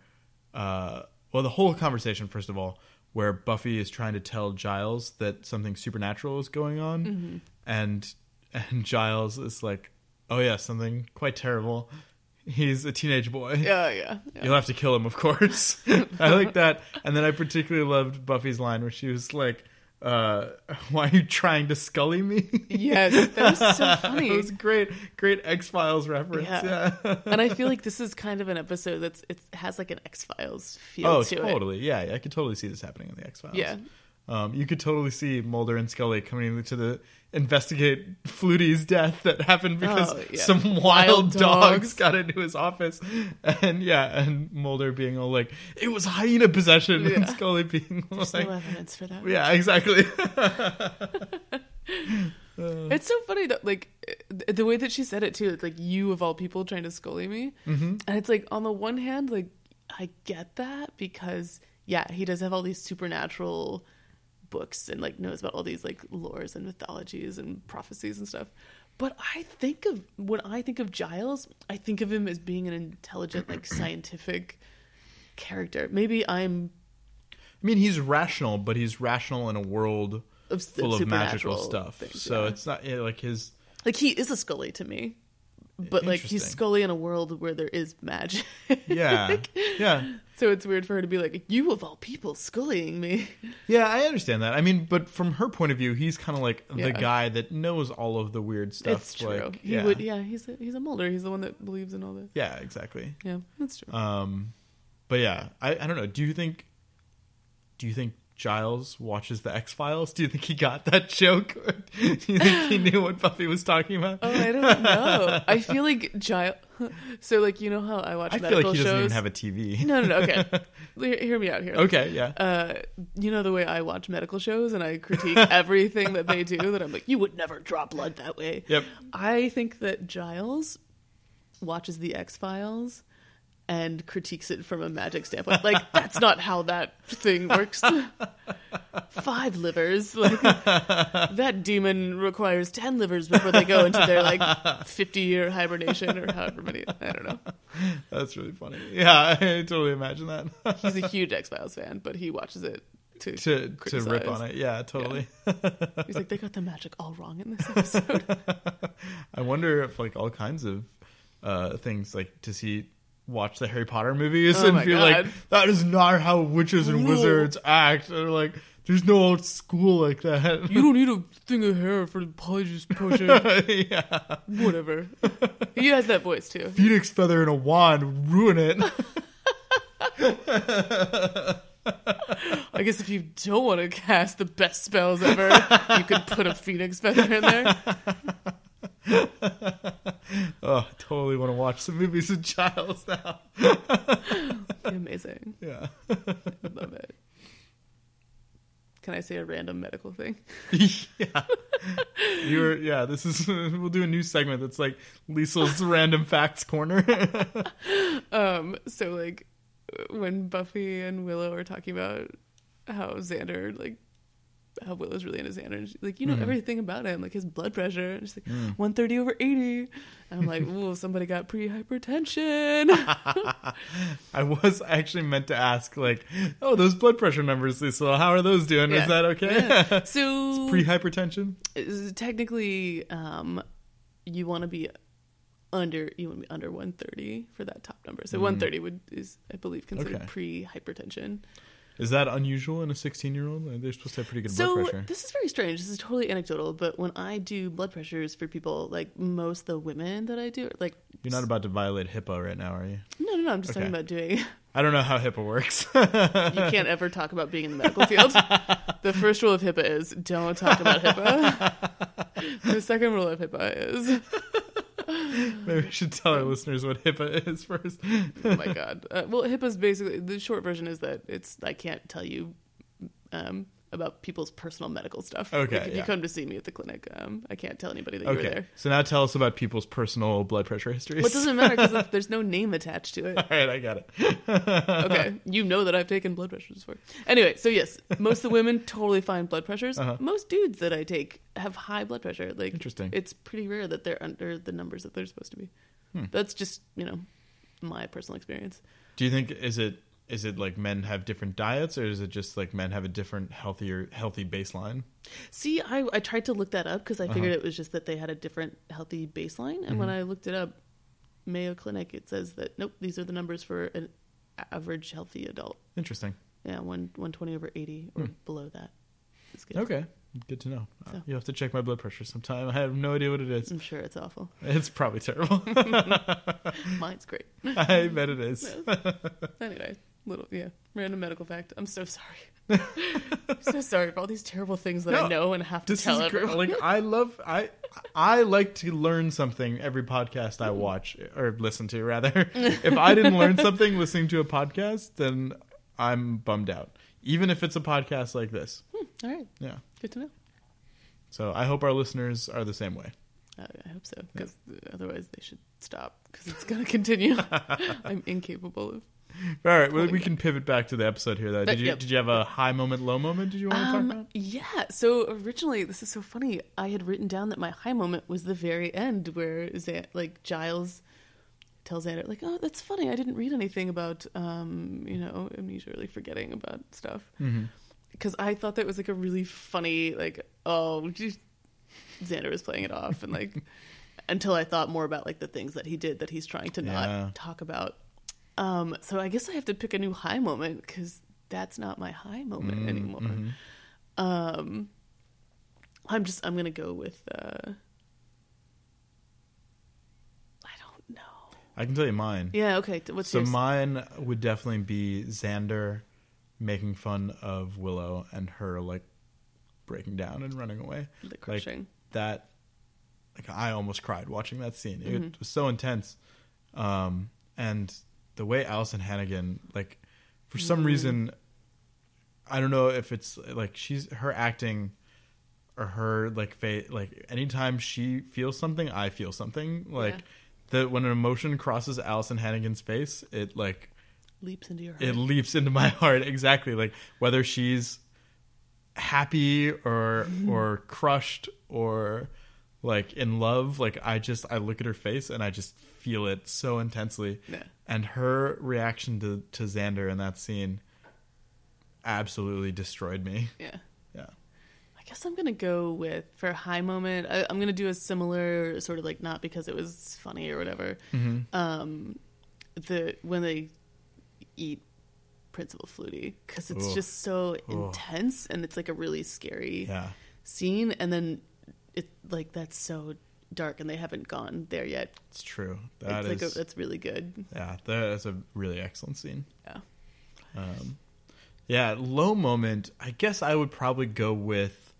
uh, well, the whole conversation first of all, where Buffy is trying to tell Giles that something supernatural is going on, and and Giles is like, oh yeah, something quite terrible. He's a teenage boy. Yeah, yeah. yeah. You'll have to kill him, of course. I like that. And then I particularly loved Buffy's line where she was like, uh, why are you trying to scully me? Yes. That was so funny. It was great, great X Files reference. Yeah. Yeah. and I feel like this is kind of an episode that's it has like an X Files feel Oh, to it. totally. Yeah, yeah, I could totally see this happening in the X Files. Yeah. Um, you could totally see Mulder and Scully coming in to the investigate Flutie's death that happened because Oh, yeah. some wild, Wild dogs. dogs. got into his office, and yeah, and Mulder being all like, "It was hyena possession," Yeah. and Scully being There's like, no evidence for that. "Yeah, exactly." It's so funny that like th- the way that she said it too. It's like you of all people trying to scully me, mm-hmm. and it's like on the one hand, like I get that because yeah, he does have all these supernatural books and like knows about all these like lores and mythologies and prophecies and stuff. But I think of when I think of Giles, I think of him as being an intelligent, like scientific character. Maybe I'm I mean, he's rational, but he's rational in a world of s- full of magical supernatural stuff. things, so yeah. it's not yeah, like his like he is a Scully to me, but like he's Interesting. Scully in a world where there is magic. yeah yeah so it's weird for her to be like, "You of all people, Scullying me." yeah. I understand that. I mean, but from her point of view, he's kind of like Yeah. the guy that knows all of the weird stuff. it's true. Like, he would. Yeah, he's a, he's a Mulder. He's the one that believes in all that. yeah, exactly. Yeah, that's true. Um, but yeah, I, I don't know. Do you think? Do you think Giles watches the X Files? Do you think he got that joke? do you think he knew what Buffy was talking about? oh, I don't know. I feel like Giles. So like you know how I watch I feel like medical he doesn't shows. even have a TV. no, no, no. Okay, Hear- hear me out here. Okay, yeah. uh, you know the way I watch medical shows and I critique everything that they do. That I'm like, you would never draw blood that way. Yep. I think that Giles watches the X Files and critiques it from a magic standpoint. Like that's not how that thing works. Five livers. Like, that demon requires ten livers before they go into their like fifty-year hibernation or however many. I don't know. That's really funny. Yeah, I totally imagine that. He's a huge X Files fan, but he watches it. To, to to criticize. rip on it. Yeah, totally. He's like, they got the magic all wrong in this episode. I wonder if like all kinds of uh things like does he watch the Harry Potter movies Oh and my feel like God. that is not how witches and No. wizards act. And they're like there's no old school like that. you don't need a thing of hair for the Polyjuice potion. yeah. Whatever. He has that voice too. Phoenix feather and a wand ruin it. I guess if you don't want to cast the best spells ever, you could put a phoenix feather in there. oh, I totally want to watch some movies with Giles now. Amazing. Yeah. Love it. Can I say a random medical thing? yeah. You're yeah, this is we'll do a new segment that's like Liesl's random facts corner. Um, so like when Buffy and Willow are talking about how Xander like how Willow's really into Xander, and she's like, you Hmm. know everything about him, like his blood pressure, and she's like, one thirty over eighty. And I'm like, ooh, somebody got pre hypertension. I was actually meant to ask, like, oh, those blood pressure numbers, Lisa, how are those doing? Yeah. Is that okay? so Pre hypertension? is- technically, um, you want to be under you want to be under one thirty for that top number. So one thirty would is I believe considered Mm-hmm. Okay. pre hypertension. Is that unusual in a 16 year old? They're supposed to have pretty good so blood pressure. this is very strange. This is totally anecdotal, but when I do blood pressures for people, like most the women that I do, are, like You're not about to violate HIPAA right now, are you? no, no, no. I'm just Okay. talking about doing. I don't know how HIPAA works. You can't ever talk about being in the medical field. the first rule of HIPAA is don't talk about HIPAA. the second rule of HIPAA is Maybe we should tell our listeners what HIPAA is first. oh my god. Uh, well, HIPAA's basically the short version is that it's I can't tell you um, about people's personal medical stuff. Okay, Like, if you yeah. come to see me at the clinic, um, I can't tell anybody that you were Okay. there. So now tell us about people's personal blood pressure histories. Well, it doesn't matter because there's no name attached to it. All right, I got it. okay, you know that I've taken blood pressures before. Anyway, so yes, most of the women totally fine blood pressures. Most dudes that I take have high blood pressure. Like, Uh-huh. Interesting. It's pretty rare that they're under the numbers that they're supposed to be. Hmm. That's just you know my personal experience. Do you think is it is it like men have different diets, or is it just like men have a different healthier healthy baseline? See, I, I tried to look that up because I Uh-huh. figured it was just that they had a different healthy baseline. And Mm-hmm. when I looked it up, Mayo Clinic, it says that nope, these are the numbers for an average healthy adult. Interesting. Yeah, one one twenty over eighty or below that. It's good. Hmm. Okay, good to know. Uh, So- You have to check my blood pressure sometime. I have no idea what it is. I'm sure it's awful. It's probably terrible. Mine's great. I bet it is. Anyway, little yeah, random medical fact. I'm so sorry. I'm so sorry for all these terrible things that I No, know and have to This tell is great. everyone. like I love I I like to learn something every podcast I watch or listen to rather. if I didn't learn something listening to a podcast, then I'm bummed out. Even if it's a podcast like this. all right, Yeah. good to know. So I hope our listeners are the same way. I, I hope so, because otherwise they should stop because it's going to continue. I'm incapable of. All right, well, Totally we get can pivot back to the episode here though. That- Did you yep. did you have a high moment, low moment? Did you want to talk Um, about? yeah, so originally this is so funny. I had written down that my high moment was the very end where Zan- like Giles tells Xander like, "Oh, that's Mm-hmm. funny. I didn't read anything about um, you know, amnesia, or, like forgetting about stuff." because I thought that was like a really funny like oh just- Xander was playing it off and like until I thought more about like the things that he did that he's trying to not Yeah. talk about. Um, so I guess I have to pick a new high moment because that's not my high moment Mm, anymore. mm-hmm. Um, I'm just I'm gonna go with. Uh, I don't know. I can tell you mine. Yeah. Okay. t- What's So yours? mine would definitely be Xander making fun of Willow and her like breaking down and running away. The Like crushing. that like I almost cried watching that scene. It Mm-hmm. was so intense. Um and the way Allison Hannigan like for Mm. some reason I don't know if it's like she's her acting or her like fa- like anytime she feels something, I feel something. Like the when an emotion crosses Allison Hannigan's face, it like leaps into your heart. it leaps into my heart exactly like whether she's happy or Mm-hmm. or crushed or like in love like i just i look at her face and i just feel it so intensely Yeah. and her reaction to to xander in that scene absolutely destroyed me yeah. yeah I guess I'm gonna go with for a high moment. I, I'm gonna do a similar sort of like not because it was funny or whatever. Mm-hmm. Um, the when they eat Principal Flutie because it's Ooh. just so Ooh. intense and it's like a really scary yeah scene. And then it like that's so dark and they haven't gone there yet. it's true That is it's like a, that's really good. yeah that's a really excellent scene Yeah. Yeah, low moment. I guess I would probably go with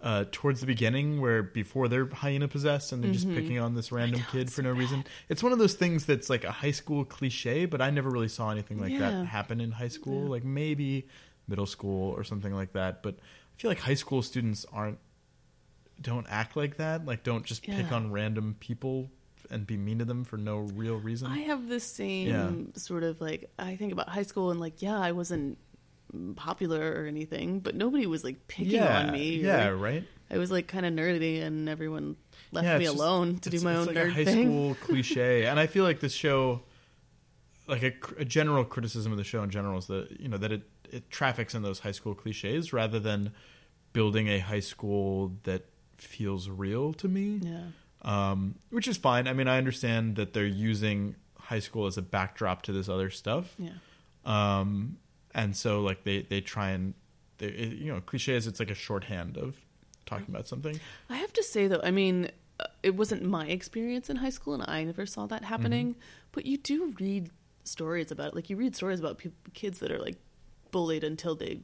uh, towards the beginning, where before they're hyena possessed and they're just Mm-hmm. picking on this random kid for no reason. It's one of those things that's like a high school cliche, but I never really saw anything like Yeah. that happen in high school. Like maybe middle school or something like that. But I feel like high school students aren't don't act like that. Like don't just pick Yeah. on random people and be mean to them for no real reason. I have the same Yeah. sort of like I think about high school and like yeah, I wasn't popular or anything, but nobody was like picking yeah, on me. or- yeah, right. I was like kind of nerdy, and everyone left Yeah, me it's just- alone to do it's- my it's own like nerd a high thing. school cliche, and I feel like this show, like a, cr- a general criticism of the show in general is that you know that it it traffics in those high school cliches rather than building a high school that feels real to me, Yeah, um, which is fine. I mean, I understand that they're using high school as a backdrop to this other stuff, yeah, um, and so like they they try and they it, you know cliche is it's like a shorthand of talking about something. I have to say though, I mean, uh, it wasn't my experience in high school, and I never saw that happening. Mm-hmm. But you do read stories about, like, you read stories about peop kids that are like bullied until they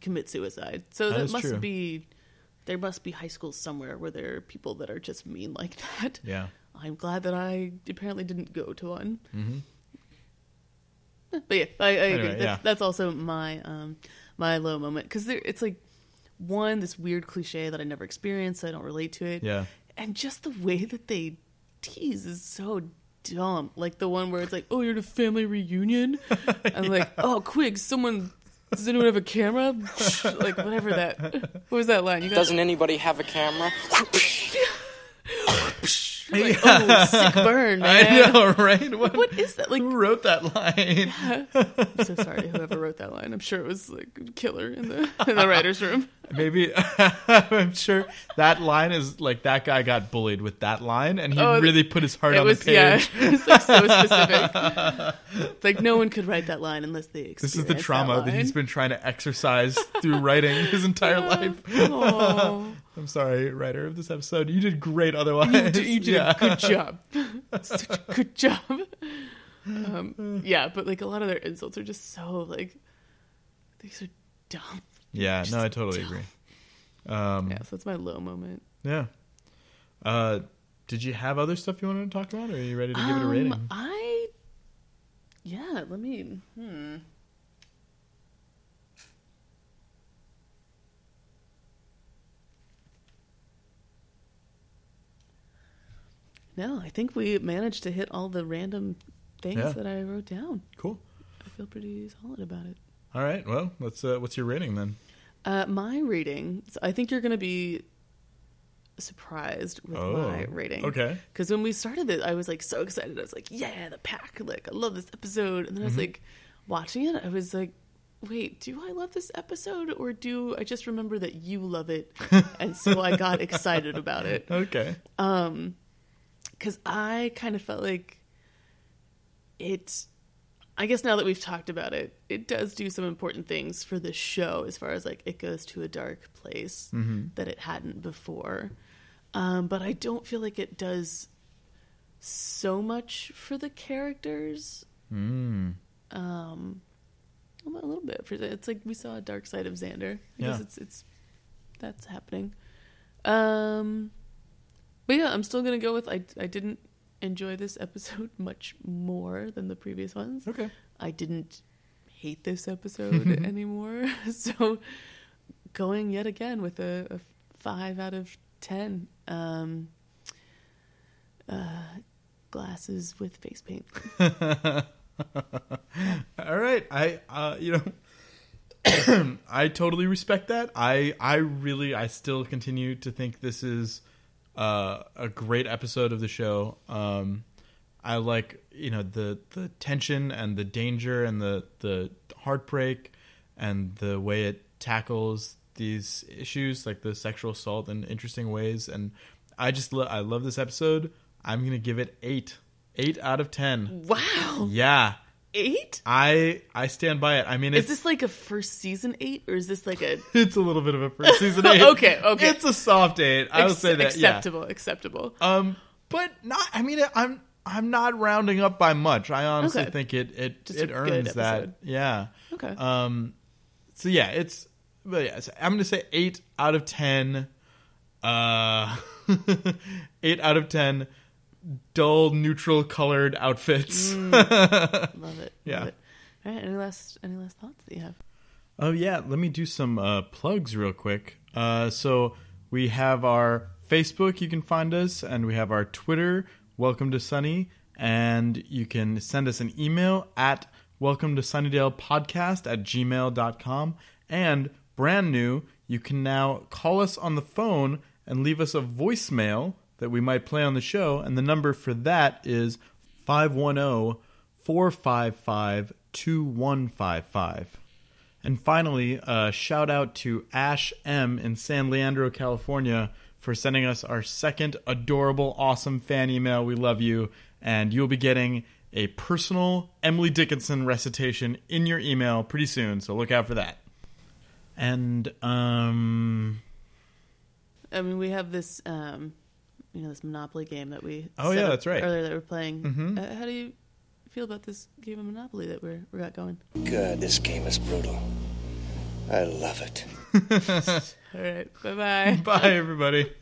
commit suicide. So That that, is must true. be there must be high schools somewhere where there are people that are just mean like that. Yeah. I'm glad that I apparently didn't go to one. But yeah, I, I agree. Mm-hmm. Anyway, That's, yeah. that's also my um, my low moment because it's like one this weird cliche that I never experienced, so I don't relate to it. Yeah. and just the way that they tease is so dumb. Like the one where it's like, "Oh, you're at a family reunion," and like, "Oh, quick, someone." Does anyone have a camera? like whatever that. What was that line? You guys Doesn't anybody have a camera? like, oh, sick burn, man. I know, right? What, What is that? Like who wrote that line? I'm so sorry to whoever wrote that line. I'm sure it was like killer in the in the writers' room. Maybe I'm sure that line is like that guy got bullied with that line, and he Oh, really put his heart It on was the page. yeah, it was like so specific. like no one could write that line unless they. This is the trauma that, he's been trying to exercise through writing his entire life. Oh, I'm sorry, writer of this episide. You did great otherwise. you did, you did a good job. Such a good job. Um, yeah, but like a lot of their insults are just so like these are dumb. Yeah, no, I totally agree. Um, Yeah, so that's my low moment. Yeah. Uh, did you have other stuff you wanted to talk about, or are you ready to give it a Um, rating? I yeah, let me hmm. No, I think we managed to hit all the random things Yeah. that I wrote down. Cool. I feel pretty solid about it. All right. Well, let's. Uh, what's your rating then? Uh, my rating. So I think you're going to be surprised with Oh, my rating. okay. Because when we started this, I was like so Mm-hmm. excited. I was like, "Yeah, the pack! Like, I love this episode." And then I was like, watching it, I was like, wait, do I love this episode or do I just remember that you love it? and so I got excited about it. Okay. because I kind of felt like it. I guess now that we've talked about it, it does do some important things for this show as far as like it goes to a dark place that it hadn't before. Um, but I don't feel like it does so much for the characters. Hmm. Um, a little bit for the, it's like we saw a dark side of Xander. Yeah. Because it's it's that's happening. Um, but yeah, I'm still gonna go with I. I didn't enjoy this episode much more than the previous ones. Okay. I didn't hate this episode anymore. So going yet again with a, a five out of ten. Um, uh, glasses with face paint. All right. I uh, you know I totally respect that. I I really I still continue to think this is uh, a great episode of the show. Um, I like you know the the tension and the danger and the the heartbreak and the way it tackles these issues like the sexual assault in interesting ways and I just lo- I love this episode. I'm going to give it 8. 8 out of 10. Mm. Wow, Yeah. eight. I I stand by it. I mean, Is it's this like a first season eight, or is this like a it's a little bit of a first season eight. Okay, okay. It's a soft eight. I will ex- say that. acceptable? Acceptable. Yeah. Um, but not. I mean, I'm I'm not rounding up by much. I honestly Okay. think it it Just a it good earns episode. that. Yeah. Okay. Um. So yeah, it's but yeah, so I'm gonna say eight out of ten. Uh, eight out of ten. Dull, neutral colored outfits. Love it. Yeah. Love it. All right. Any last any last thoughts that you have? Oh yeah, let me do some uh, plugs real quick. Uh, so we have our Facebook, you can find us, and we have our Twitter, Welcome to Sunny, and you can send us an email at welcome to Sunnydale podcast at gmail.com. And brand new, you can now call us on the phone and leave us a voicemail that we might play on the show, and the number for that is oh, 510 455 2155. And finally, uh, shout out to Ash M in San Leandro, California, for sending us our second adorable, awesome fan email. We love you, and you'll be getting a personal Emily Dickinson recitation in your email pretty soon. So look out for that. And um, I mean, we have this, um, you know, this Monopoly game that we. Oh, set yeah, up that's right. Mm-hmm. Earlier that we're playing. Uh, how do you feel about this game of Monopoly that we're we got going? God, this game is brutal. I love it. All right, bye bye. bye, everybody.